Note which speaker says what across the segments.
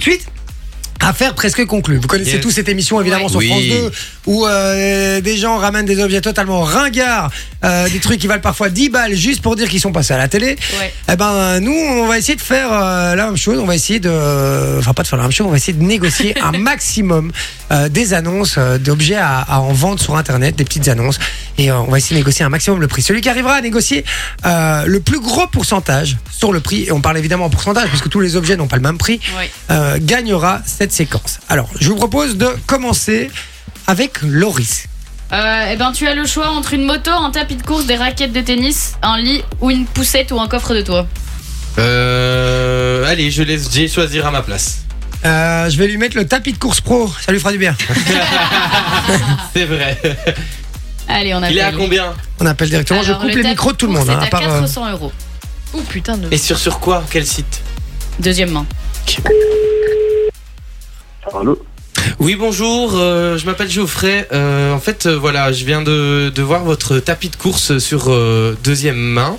Speaker 1: suite. Affaire presque conclue. Vous connaissez
Speaker 2: Yes.
Speaker 1: tous cette émission évidemment
Speaker 3: Ouais.
Speaker 1: sur
Speaker 3: Oui.
Speaker 1: France 2 où euh, des gens ramènent des objets totalement ringards, euh, des trucs qui valent parfois 10 balles juste pour dire qu'ils sont passés à la télé.
Speaker 3: Ouais.
Speaker 1: Eh ben nous on va essayer de faire euh, la même chose, on va essayer de enfin pas de faire la même chose, on va essayer de négocier un maximum euh, des annonces euh, d'objets à, à en vendre sur internet, des petites annonces et euh, on va essayer de négocier un maximum le prix. Celui qui arrivera à négocier euh, le plus gros pourcentage sur le prix et on parle évidemment en pourcentage parce que tous les objets n'ont pas le même prix
Speaker 3: Ouais.
Speaker 1: euh, gagnera cette séquence. Alors, je vous propose de commencer avec Loris.
Speaker 3: Euh, eh ben, tu as le choix entre une moto, un tapis de course, des raquettes de tennis, un lit ou une poussette ou un coffre de toit.
Speaker 2: Euh, allez, je laisse Jay choisir à ma place.
Speaker 1: Euh, je vais lui mettre le tapis de course pro, ça lui fera du bien.
Speaker 2: C'est vrai.
Speaker 3: Allez, on appelle.
Speaker 2: Il est à combien
Speaker 1: On appelle directement, je
Speaker 3: Alors,
Speaker 1: coupe
Speaker 3: le
Speaker 1: les
Speaker 3: tapis
Speaker 1: micros de tout le
Speaker 3: course
Speaker 1: monde. hein,
Speaker 3: est
Speaker 1: à
Speaker 3: à
Speaker 1: part, euh,
Speaker 3: 400 euros.
Speaker 4: Ouh Oh, putain de.
Speaker 2: Et sur sur quoi Quel site
Speaker 3: Deuxième main.
Speaker 5: Allô
Speaker 2: Oui, bonjour. euh, je m'appelle Geoffrey. Euh, en fait, euh, voilà, je viens de, de voir votre tapis de course sur euh, deuxième main.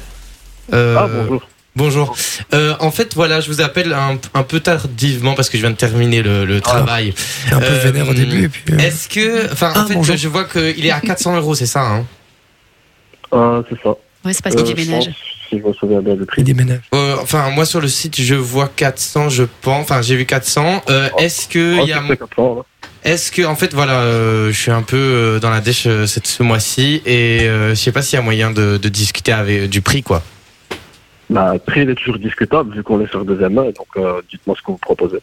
Speaker 2: Euh,
Speaker 5: Ah bonjour.
Speaker 2: Bonjour. Euh, en fait, voilà, je vous appelle un, un peu tardivement parce que je viens de terminer le, le travail.
Speaker 1: c'est un peu
Speaker 2: Euh,
Speaker 1: vénère au début. et puis, euh,
Speaker 2: Est-ce que, enfin, en
Speaker 1: Ah,
Speaker 2: fait,
Speaker 1: bonjour.
Speaker 2: je vois qu'il est à 400 euros, c'est ça hein
Speaker 5: Euh, c'est ça.
Speaker 4: Ouais, c'est parce qu'il
Speaker 5: Euh,
Speaker 4: déménage.
Speaker 5: je pense, si je me souviens bien du
Speaker 1: il
Speaker 5: prix.
Speaker 1: déménage.
Speaker 2: Euh, Enfin, moi sur le site, je vois 400, je pense. Enfin, j'ai vu 400. Euh, Est-ce que
Speaker 5: Ah,
Speaker 2: il y a,
Speaker 5: c'est 400, hein.
Speaker 2: est-ce que, en fait, voilà, euh, je suis un peu euh, dans la dèche euh, cette ce mois-ci et euh, je sais pas s'il y a moyen de, de discuter avec euh, du prix, quoi.
Speaker 5: Bah, le prix il est toujours discutable vu qu'on est sur deuxième main, donc euh, dites-moi ce que vous proposez.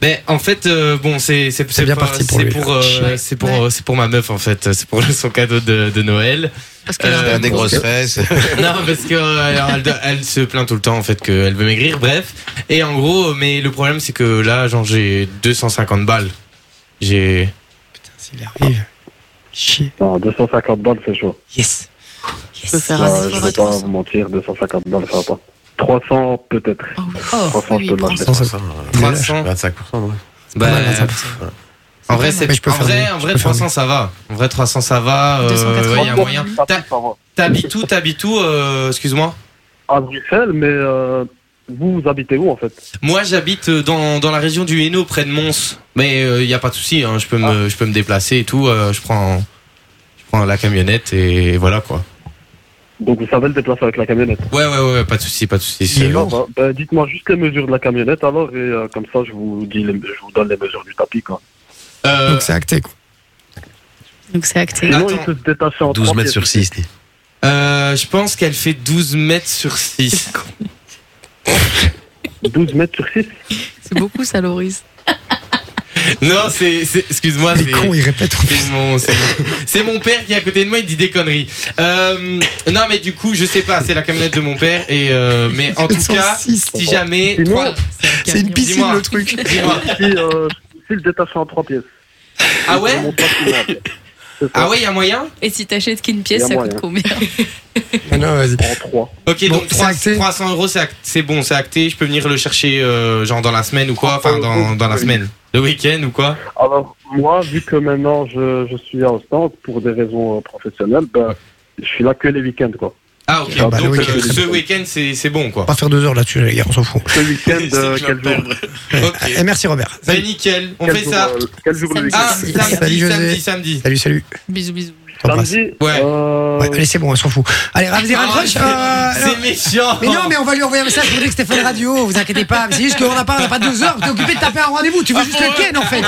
Speaker 2: Mais en fait, euh, bon, c'est c'est c'est
Speaker 1: bien
Speaker 2: pas-
Speaker 1: parti pour
Speaker 2: c'est
Speaker 1: lui,
Speaker 2: pour euh,
Speaker 4: Ouais.
Speaker 2: c'est pour
Speaker 4: Ouais.
Speaker 2: euh, c'est pour ma meuf en fait, c'est pour son cadeau de, de Noël.
Speaker 4: Parce que
Speaker 2: Euh,
Speaker 4: là,
Speaker 2: un
Speaker 6: des grosses fesses.
Speaker 2: non, parce que euh, alors, elle, doit- elle se plaint tout le temps en fait qu'elle veut maigrir. Bref, et en gros, euh, mais le problème c'est que là, genre j'ai 250 balles. J'ai
Speaker 1: Putain, s'il arrive. Chier.
Speaker 5: Non, 250 balles, c'est chaud.
Speaker 1: Yes.
Speaker 4: je peux faire
Speaker 5: Euh,
Speaker 4: un
Speaker 5: je
Speaker 4: effort
Speaker 5: vais
Speaker 4: à
Speaker 5: pas
Speaker 4: 300.
Speaker 5: vous mentir, 250 balles, ça va pas. 300 peut-être.
Speaker 4: Oh,
Speaker 3: Oh,
Speaker 5: 300,
Speaker 4: oui,
Speaker 5: je peux le lâcher.
Speaker 1: 300.
Speaker 2: 300.
Speaker 6: 25%, ouais.
Speaker 2: Bah,
Speaker 1: Pas mal, hein, 25%.
Speaker 2: en vrai,
Speaker 4: mal.
Speaker 2: c'est
Speaker 1: Mais je peux
Speaker 2: en
Speaker 1: faire
Speaker 2: vrai,
Speaker 1: mieux,
Speaker 2: en
Speaker 1: je
Speaker 2: vrai
Speaker 1: peux faire
Speaker 2: 300 ça va. En vrai 300 ça va. euh, ouais, il y a
Speaker 4: 280.
Speaker 2: moyen. T'a-
Speaker 5: Ça va.
Speaker 2: T'habites où T'habites où euh, Excuse-moi.
Speaker 5: À Bruxelles, mais euh, vous, vous habitez où en fait
Speaker 2: Moi, j'habite euh, dans, dans la région du Hainaut, près de Mons. Mais il n'y a pas de souci, hein, je, peux
Speaker 1: Ah.
Speaker 2: me, je peux me déplacer et tout. euh, je, prends, je prends la camionnette et voilà quoi.
Speaker 5: Donc vous savez le déplacer avec la camionnette.
Speaker 2: Ouais, ouais, ouais, ouais, pas de souci, pas de souci.
Speaker 1: Il est
Speaker 2: c'est-
Speaker 1: lourd.
Speaker 4: Oh.
Speaker 5: Bah, bah, dites-moi juste les mesures de la camionnette alors, et euh, comme ça je vous, dis les- je vous donne les mesures du tapis. Quoi.
Speaker 2: Euh,
Speaker 1: Donc c'est acté. Quoi.
Speaker 4: Donc c'est acté.
Speaker 5: Sinon, il
Speaker 2: Attends.
Speaker 5: peut se détacher en
Speaker 6: 12
Speaker 5: trois pièces.
Speaker 6: mètres sur 6.
Speaker 2: euh, je pense qu'elle fait 12 mètres sur 6.
Speaker 5: 12 mètres sur 6
Speaker 4: C'est beaucoup ça, Loris.
Speaker 2: non, c'est. c'est- Excuse-moi,
Speaker 1: Les cons,
Speaker 2: c'est.
Speaker 1: ils répètent.
Speaker 2: C'est mon, c'est mon- c'est mon père qui est à côté de moi, il dit des conneries. Euh, non, mais du coup, je sais pas, c'est la camionnette de mon père. Et euh, mais en tout cas,
Speaker 1: 206.
Speaker 2: si jamais.
Speaker 3: Oh,
Speaker 5: Sinon,
Speaker 2: Trois-
Speaker 1: C'est une piscine
Speaker 2: Dis-moi.
Speaker 1: le truc.
Speaker 2: Dis-moi.
Speaker 5: si, euh, si le détache en 3 pièces.
Speaker 2: Ah ouais
Speaker 5: Je monte pas plus loin, en fait. C'est ça.
Speaker 2: Ah ouais, il y a moyen
Speaker 4: Et si t'achètes qu'une pièce,
Speaker 5: Y a
Speaker 4: ça
Speaker 5: moyen.
Speaker 4: coûte combien
Speaker 1: Ah non, vas-y.
Speaker 5: En 3.
Speaker 2: Ok,
Speaker 1: Bon,
Speaker 2: donc
Speaker 1: c'est
Speaker 2: 300
Speaker 1: acté.
Speaker 2: 300 euros, c'est act- c'est bon, c'est acté. Je peux venir le chercher euh, genre dans la semaine ou quoi
Speaker 1: Oh,
Speaker 2: Enfin, dans, dans la semaine. Le week-end ou quoi
Speaker 5: Alors, moi, vu que maintenant je, je suis à stand pour des raisons euh, professionnelles, ben, je suis là que les week-ends. quoi.
Speaker 2: Ah, ok.
Speaker 1: Ah bah,
Speaker 2: donc
Speaker 1: le
Speaker 2: euh,
Speaker 1: week-end.
Speaker 2: ce week-end, c'est c'est bon, quoi.
Speaker 1: On va faire deux heures là-dessus, les gars, on s'en fout.
Speaker 5: Ce week-end, euh, quel jour
Speaker 2: Ok.
Speaker 1: Et merci Robert.
Speaker 2: C'est nickel, on
Speaker 5: quel
Speaker 2: fait
Speaker 5: jour,
Speaker 2: ça.
Speaker 5: euh, Quel jour le
Speaker 2: Ah,
Speaker 5: week-end
Speaker 4: Samedi.
Speaker 2: samedi,
Speaker 1: Salut,
Speaker 2: samedi,
Speaker 1: José.
Speaker 2: samedi.
Speaker 1: Salut, salut.
Speaker 4: Bisous, bisous.
Speaker 6: Ah,
Speaker 1: T'embrasse.
Speaker 5: Samedi
Speaker 2: Ouais.
Speaker 5: euh,
Speaker 1: Ouais, allez, c'est bon, on s'en fout. Allez, Ramsey
Speaker 2: Ah,
Speaker 1: Ramroch,
Speaker 2: c'est-
Speaker 1: euh,
Speaker 2: C'est méchant
Speaker 1: Mais non, mais on va lui envoyer un message pour dire que Stéphane Radio, vous inquiétez pas. C'est juste qu'on n'a pas, on n'a pas deux heures, t'es occupé de taper un rendez-vous. Tu veux
Speaker 2: Ah,
Speaker 1: juste le Ken en fait.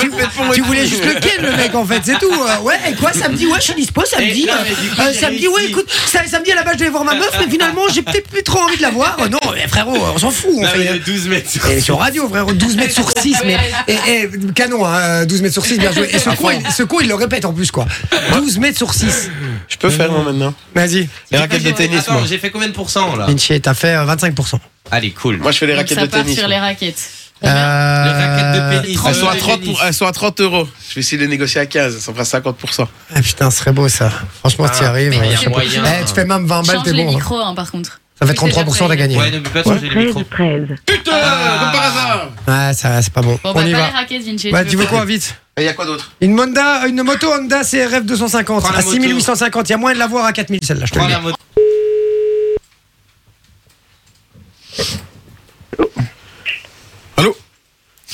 Speaker 1: Tu, tu voulais juste le Ken le mec en fait, c'est tout. Euh, ouais, et quoi, samedi, ouais, je suis dispo samedi.
Speaker 2: Eh, non, mais du coup,
Speaker 1: Euh,
Speaker 2: j'ai
Speaker 1: samedi, ouais,
Speaker 2: réussi.
Speaker 1: écoute, sa- samedi à la base je devais voir ma meuf, mais finalement j'ai peut-être plus trop envie de la voir. Euh, Non, mais frérot, on s'en fout. On
Speaker 2: Non, mais il y a
Speaker 1: fait, hein.
Speaker 2: 12 mètres.
Speaker 1: et sur radio, frérot, 12 mètres sur 6, mais et, et, canon, hein, 12 mètres sur 6, bien joué. Et ce con, il, ce con, il le répète en plus, quoi. 12 mètres sur 6.
Speaker 6: Je peux faire, moi, maintenant
Speaker 1: Vas-y,
Speaker 6: Les raquettes de tennis, moi.
Speaker 2: Attends, j'ai fait combien de pourcents là
Speaker 1: Vinci, t'as fait euh, 25%.
Speaker 2: Allez, cool.
Speaker 6: Moi, je fais les
Speaker 3: Donc
Speaker 6: raquettes de
Speaker 3: ça part
Speaker 6: tennis.
Speaker 3: sur les
Speaker 6: moi.
Speaker 3: raquettes.
Speaker 2: Eh
Speaker 1: Euh,
Speaker 2: Les raquettes de pénis.
Speaker 6: Elles sont, à
Speaker 2: Euh,
Speaker 6: 30
Speaker 2: tennis.
Speaker 6: pour- elles sont à 30 euros. Je vais essayer de les négocier à 15. Ça fera 50%.
Speaker 1: Ah putain, ce serait beau ça. Franchement, si t'y
Speaker 2: Ah,
Speaker 1: arrives.
Speaker 2: mais
Speaker 1: euh,
Speaker 2: y a
Speaker 1: je sais pas.
Speaker 2: moyen.
Speaker 1: Eh, tu fais même 20 balles,
Speaker 3: Change
Speaker 1: t'es
Speaker 3: les
Speaker 1: bon. hein.
Speaker 3: micros, hein, par contre.
Speaker 1: Ça fait
Speaker 3: Oui, c'est
Speaker 1: 33%
Speaker 3: déjà
Speaker 1: t'as
Speaker 3: fait.
Speaker 1: gagné.
Speaker 2: Ouais, n'oublie pas de changer les micros. Ah,
Speaker 6: Putain Comme par hasard
Speaker 1: Ouais, ça, c'est pas bon.
Speaker 3: Bon,
Speaker 1: On
Speaker 3: bah,
Speaker 1: y
Speaker 3: pas
Speaker 1: va.
Speaker 3: les raquettes, Vinci.
Speaker 1: Bah, tu veux quoi, vite
Speaker 6: Et il y a quoi d'autre
Speaker 1: Une Honda, une moto Honda CRF 250
Speaker 2: Prends la
Speaker 1: à
Speaker 2: moto.
Speaker 1: 6850. Il y a moyen de l'avoir à 4000 celle-là, je te le
Speaker 2: Prends
Speaker 1: dis.
Speaker 2: la moto.
Speaker 6: Allô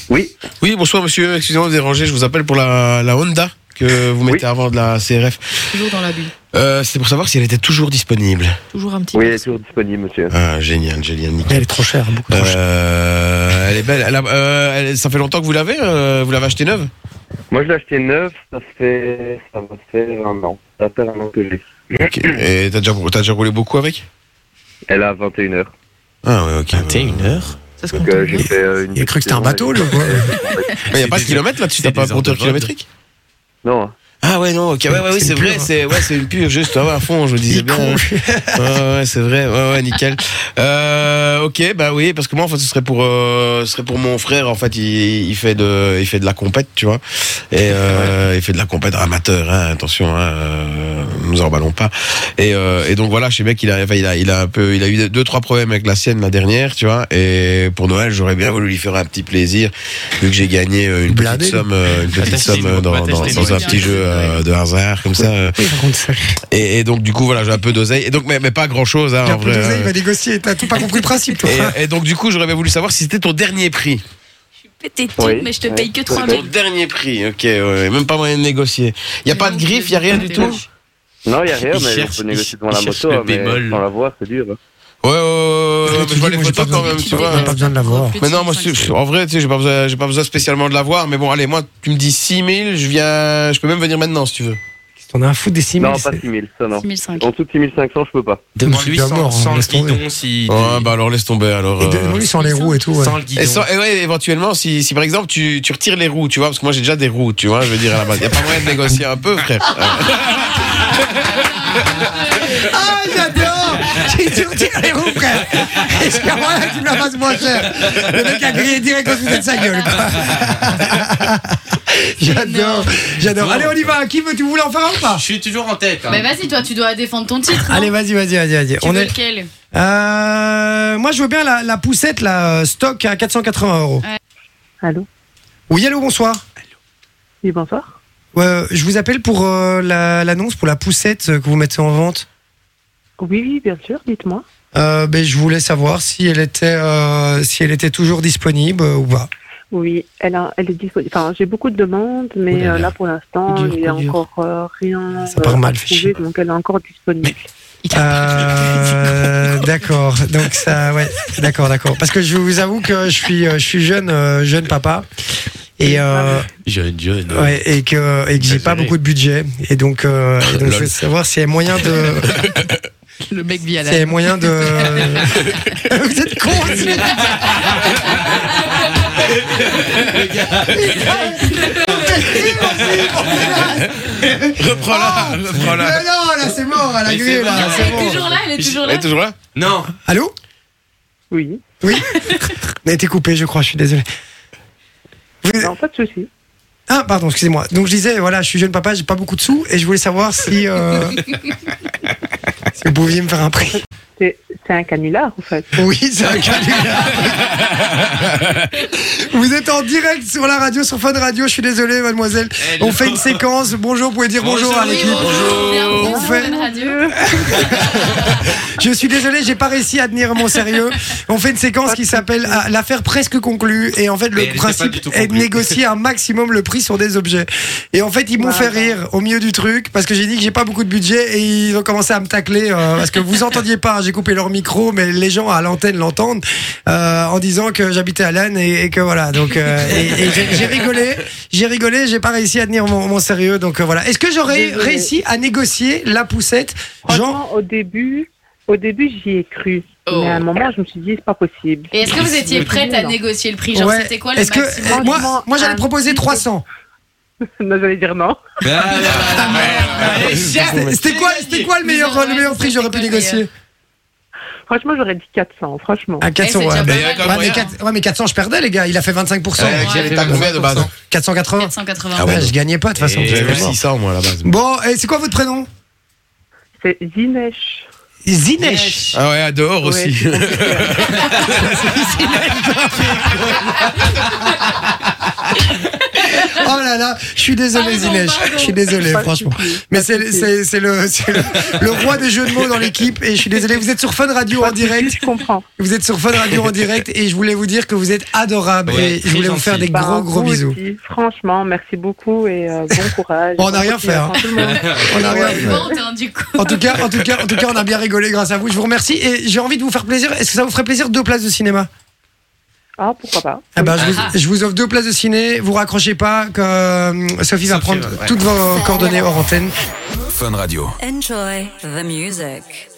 Speaker 5: Oui.
Speaker 6: Oui, bonsoir monsieur, excusez-moi de vous déranger, je vous appelle pour la, la Honda que vous mettez
Speaker 5: Oui.
Speaker 6: avant de la CRF.
Speaker 4: Toujours dans l'abus.
Speaker 6: Euh, C'était pour savoir si elle était toujours disponible.
Speaker 4: Toujours un petit
Speaker 5: Oui,
Speaker 4: peu.
Speaker 5: elle est toujours disponible, monsieur.
Speaker 6: Ah, génial, génial, nickel.
Speaker 1: Elle est trop chère, beaucoup trop chère.
Speaker 6: Euh, elle est belle. Elle a- euh, elle- ça fait longtemps que vous l'avez euh, Vous l'avez achetée neuve
Speaker 5: Moi, je l'ai acheté neuf, ça fait, ça va faire un an. Ça va faire un an que j'ai.
Speaker 6: Ok. Et t'as déjà, t'as déjà roulé beaucoup avec
Speaker 5: Elle a 21 heures.
Speaker 6: Ah ouais, ok.
Speaker 2: heure
Speaker 4: Ça se
Speaker 5: Donc,
Speaker 4: compte
Speaker 5: euh,
Speaker 4: en
Speaker 5: j'ai
Speaker 4: mieux.
Speaker 5: fait euh, une.
Speaker 1: Il a cru que c'était un bateau, le quoi.
Speaker 6: Il n'y a pas de kilomètres là-dessus,
Speaker 2: C'est
Speaker 6: t'as pas un
Speaker 2: des heures de
Speaker 6: compteur
Speaker 2: vol.
Speaker 6: kilométrique
Speaker 5: Non.
Speaker 6: Ah ouais, non, ok. Ouais, ouais, oui,
Speaker 1: C'est
Speaker 6: c'est
Speaker 1: une
Speaker 6: vrai,
Speaker 2: hein.
Speaker 1: pure.
Speaker 6: c'est ouais, c'est une pure, juste, ah ouais, à fond, je le disais
Speaker 1: Il
Speaker 6: bien.
Speaker 1: conche.
Speaker 6: Ouais, ouais, c'est vrai, ouais, ouais, nickel. Euh, ok, bah oui, parce que moi, en fait, ce serait pour, euh, ce serait pour mon frère, en fait, il, il fait de, il fait de la compète, tu vois. Et, euh, il fait de la compète amateur, hein, attention, hein, euh, nous emballons pas. Et, euh, et donc voilà, je sais bien qu'il a, enfin, il a, il a un peu, il a eu deux, trois problèmes avec la sienne la dernière, tu vois. Et pour Noël, j'aurais bien voulu lui faire un petit plaisir, vu que j'ai gagné euh, une
Speaker 1: Blindé.
Speaker 6: petite somme, euh, une petite
Speaker 2: Attache tes
Speaker 6: somme euh,
Speaker 2: mots,
Speaker 6: dans,
Speaker 2: attache
Speaker 6: dans,
Speaker 2: tes
Speaker 6: dans
Speaker 2: mots.
Speaker 6: un petit jeu euh, de hasard, comme ça. euh,
Speaker 1: Il raconte ça.
Speaker 6: et, et donc du coup voilà j'ai un peu d'oseille et donc mais, mais pas grand chose hein,
Speaker 1: Il a
Speaker 6: en
Speaker 1: plus
Speaker 6: vrai.
Speaker 1: d'oseille, il
Speaker 6: hein.
Speaker 1: va négocier. T'as tout pas compris le principe, toi.
Speaker 6: Et, euh, et donc du coup j'aurais bien voulu savoir si c'était ton dernier prix.
Speaker 4: Pété de
Speaker 5: Oui.
Speaker 4: type, mais je te
Speaker 5: Ouais.
Speaker 4: paye que
Speaker 3: Ah,
Speaker 4: 3
Speaker 6: Ton
Speaker 4: 000.
Speaker 6: dernier prix ok ouais, même pas moyen de négocier. Y a pas de griffe y a rien du tout.
Speaker 5: Non, il n'y a rien,
Speaker 2: Il
Speaker 5: mais
Speaker 2: cherche-
Speaker 5: on peut négocier
Speaker 2: il-
Speaker 5: devant
Speaker 2: il
Speaker 5: la
Speaker 2: cherche
Speaker 5: moto,
Speaker 2: le
Speaker 5: hein, mais
Speaker 2: bémol.
Speaker 5: sans la voir, c'est dur. hein.
Speaker 6: Ouais ouais ouais, ouais,
Speaker 1: Moi,
Speaker 6: mais je vois les
Speaker 1: j'ai pas
Speaker 6: photos quand
Speaker 1: besoin-
Speaker 6: même tu vois.
Speaker 1: j'ai pas besoin de l'avoir.
Speaker 6: Mais non moi je suis- en vrai tu sais j'ai pas besoin j'ai pas besoin spécialement de l'avoir mais bon allez moi tu me dis 6000 je viens je peux même venir maintenant si tu veux.
Speaker 1: On a un fou des 6
Speaker 5: Non, pas 6000, ça non.
Speaker 4: 6005.
Speaker 5: En dessous de 6500, je peux pas.
Speaker 2: Demande-lui
Speaker 1: C'est bien
Speaker 2: sans,
Speaker 1: mort, hein,
Speaker 2: sans le
Speaker 1: laisse tomber.
Speaker 2: guidon si.
Speaker 6: Ouais bah alors laisse tomber alors.
Speaker 1: Et de-
Speaker 6: euh,
Speaker 1: lui, sans les roues et tout. ouais.
Speaker 2: Sans le guidon.
Speaker 6: Et, sans- et ouais, éventuellement, si, si par exemple tu, tu retires les roues, tu vois, parce que moi j'ai déjà des roues, tu vois, je veux dire à la base. Y a pas moyen de négocier un peu, frère.
Speaker 1: Ah, j'adore J'ai dû retirer les roues, frère Et c'est pas moi qui me la fasse moins cher Le mec a grillé direct au sujet de sa gueule, quoi. J'adore, j'adore. Allez, on y va. Qui veut, tu voulais en faire un ou pas
Speaker 2: Je suis toujours en tête. hein.
Speaker 3: Mais Bah, vas-y, toi, tu dois défendre ton titre. hein.
Speaker 1: Allez, vas-y, vas-y, vas-y, vas-y.
Speaker 3: Tu
Speaker 1: On
Speaker 3: veux
Speaker 1: est.
Speaker 3: lequel
Speaker 1: Euh, moi, je veux bien la, la poussette, la euh, stock à 480 euros.
Speaker 7: Allô
Speaker 1: Oui, allô, bonsoir.
Speaker 7: Oui, bonsoir.
Speaker 1: Ouais, je vous appelle pour euh, la- l'annonce pour la poussette euh, que vous mettez en vente.
Speaker 7: Oui, oui, bien sûr, dites-moi.
Speaker 1: Euh, ben, je voulais savoir si elle était, euh, si elle était toujours disponible euh, ou pas.
Speaker 7: Oui, elle, a, elle est disponible. Enfin, j'ai beaucoup de demandes, mais
Speaker 6: Ouh là
Speaker 7: euh,
Speaker 6: là.
Speaker 7: là, pour l'instant,
Speaker 4: Coup dur,
Speaker 7: il n'y a
Speaker 4: coup dur.
Speaker 7: encore euh, rien.
Speaker 1: Ça part
Speaker 7: euh,
Speaker 1: mal,
Speaker 7: à
Speaker 1: fait chier.
Speaker 7: trouver, Donc, elle est encore disponible.
Speaker 1: Euh, d'accord. Donc ça, ouais, d'accord, d'accord. Parce que je vous avoue que je suis, euh, je suis jeune, euh, jeune papa. Et, euh,
Speaker 6: Jeune, jeune.
Speaker 1: ouais, et que, et que j'ai pas
Speaker 2: Exagéré.
Speaker 1: beaucoup de budget. Et donc, euh, et donc je veux
Speaker 6: Lol.
Speaker 1: savoir s'il y a moyen de,
Speaker 4: Le mec vit à
Speaker 1: s'il y a moyen de. vous êtes con.
Speaker 6: Reprends-la,
Speaker 3: Oh,
Speaker 6: reprends-la.
Speaker 1: non, là c'est mort, elle a
Speaker 2: Mais
Speaker 1: grillé,
Speaker 2: c'est
Speaker 1: là,
Speaker 2: bon.
Speaker 1: Ah, c'est
Speaker 3: Elle est
Speaker 1: bon.
Speaker 3: toujours là, elle est toujours
Speaker 6: Elle
Speaker 3: là.
Speaker 6: est toujours là
Speaker 2: Non,
Speaker 1: Allô
Speaker 7: Oui,
Speaker 1: On a été coupé, je crois. Je suis désolé. Vous-
Speaker 7: non, pas de souci.
Speaker 1: Ah, pardon, excusez-moi. Donc je disais, voilà, je suis jeune papa, j'ai pas beaucoup de sous et je voulais savoir si, euh, si vous pouviez me faire un prix.
Speaker 7: C'est c'est un canular, en fait.
Speaker 1: Oui, c'est un canular. vous êtes en direct sur la radio, sur Fun Radio. Je suis désolé, mademoiselle. On
Speaker 2: Eh,
Speaker 1: fait une séquence. Bonjour, vous pouvez dire bonjour,
Speaker 2: Bonjour,
Speaker 1: à l'équipe.
Speaker 2: oui, bonjour.
Speaker 3: Bienvenue
Speaker 1: On
Speaker 3: sur
Speaker 1: fait-
Speaker 3: Fun Radio.
Speaker 1: Je suis désolé, j'ai pas réussi à tenir mon sérieux. On fait une séquence qui s'appelle ah, l'affaire presque conclue. Et en fait,
Speaker 2: Mais
Speaker 1: le
Speaker 2: elle était pas
Speaker 1: principe
Speaker 2: du tout
Speaker 1: est de
Speaker 2: conclue.
Speaker 1: négocier un maximum le prix sur des objets. Et en fait, ils m'ont
Speaker 7: Voilà.
Speaker 1: fait rire au milieu du truc parce que j'ai dit que j'ai pas beaucoup de budget et ils ont commencé à me tacler euh, parce que vous entendiez pas. J'ai coupé leur micro, mais les gens à l'antenne l'entendent euh, en disant que j'habitais à Lannes et, et que voilà. Donc, euh, et, et j'ai- j'ai rigolé, j'ai rigolé, j'ai pas réussi à tenir mon, mon sérieux. Donc euh, voilà. Est-ce que j'aurais
Speaker 7: Désolé. Oh,
Speaker 1: réussi à négocier la poussette, genre?
Speaker 7: Franchement, au début, au début j'y ai cru.
Speaker 4: Oh.
Speaker 7: Mais à un moment, je me suis dit, c'est pas possible.
Speaker 3: Et est-ce que vous étiez prête à
Speaker 7: Non.
Speaker 3: négocier le prix Genre,
Speaker 1: Ouais.
Speaker 3: c'était quoi le
Speaker 1: Est-ce que eh,
Speaker 3: maximum Eh,
Speaker 7: maximum
Speaker 1: moi, moi j'allais
Speaker 7: un
Speaker 1: proposer
Speaker 7: petit
Speaker 1: 300.
Speaker 7: non, j'allais dire non.
Speaker 2: Ah,
Speaker 1: C'était c'était quoi, c'était quoi le meilleur,
Speaker 3: Ouais,
Speaker 1: le meilleur prix que j'aurais pu
Speaker 3: c'était quoi le
Speaker 1: négocier
Speaker 7: Franchement, j'aurais dit 400, franchement.
Speaker 1: À 400,
Speaker 3: Eh, c'est
Speaker 1: ouais.
Speaker 3: déjà
Speaker 1: mais-
Speaker 6: Mais il y a quand
Speaker 1: Ouais,
Speaker 6: même
Speaker 1: mais,
Speaker 6: moyen.
Speaker 1: quatre- ouais, mais 400, je perdais, les gars. Il a fait 25%.
Speaker 6: Euh, J'avais t'as combien de base
Speaker 1: 480.
Speaker 3: 480.
Speaker 1: Ah ouais, je gagnais pas de toute façon.
Speaker 2: Et-
Speaker 6: J'avais
Speaker 2: Ouais.
Speaker 6: 600 moi à la base.
Speaker 1: Bon, et c'est quoi votre prénom
Speaker 7: C'est Zinesh.
Speaker 1: Zinesh.
Speaker 6: Ah ouais, à dehors
Speaker 7: Ouais,
Speaker 6: aussi.
Speaker 7: c'est compliqué.
Speaker 1: Oh là là, je suis désolé,
Speaker 3: Pardon,
Speaker 1: Zinech.
Speaker 3: pardon.
Speaker 1: Je suis désolé,
Speaker 7: Pas de
Speaker 1: franchement.
Speaker 7: souci.
Speaker 1: Mais
Speaker 7: Pas de
Speaker 1: c'est
Speaker 7: souci.
Speaker 1: c'est- c'est le, c'est le, le roi des jeux de mots dans l'équipe. Et je suis désolé, vous êtes sur Fun Radio en direct.
Speaker 7: Je comprends.
Speaker 1: Vous êtes sur Fun Radio en direct. Et je voulais vous dire que vous êtes adorable.
Speaker 2: Ouais,
Speaker 1: et je
Speaker 2: très
Speaker 1: voulais vous
Speaker 2: gentil.
Speaker 1: faire des
Speaker 7: Bah,
Speaker 1: gros, gros
Speaker 7: vous
Speaker 1: bisous.
Speaker 7: aussi. Franchement, merci beaucoup et euh, bon courage.
Speaker 1: On n'a rien
Speaker 7: Continue
Speaker 1: fait,
Speaker 7: à
Speaker 1: hein.
Speaker 7: prendre tout le monde.
Speaker 1: On a rien fait.
Speaker 3: Vente, hein, du coup.
Speaker 1: En tout cas, en tout cas, en tout cas, on a bien rigolé grâce à vous. Je vous remercie. Et j'ai envie de vous faire plaisir. Est-ce que ça vous ferait plaisir deux places de cinéma?
Speaker 7: Ah, pourquoi pas
Speaker 1: Eh ben, je, vous,
Speaker 3: Ah.
Speaker 1: je vous offre deux places de ciné. Vous raccrochez pas que euh, Sophie va
Speaker 2: Sophie
Speaker 1: prendre
Speaker 2: va- ouais.
Speaker 1: toutes vos coordonnées hors antenne.
Speaker 8: Fun Radio.
Speaker 9: Enjoy the music.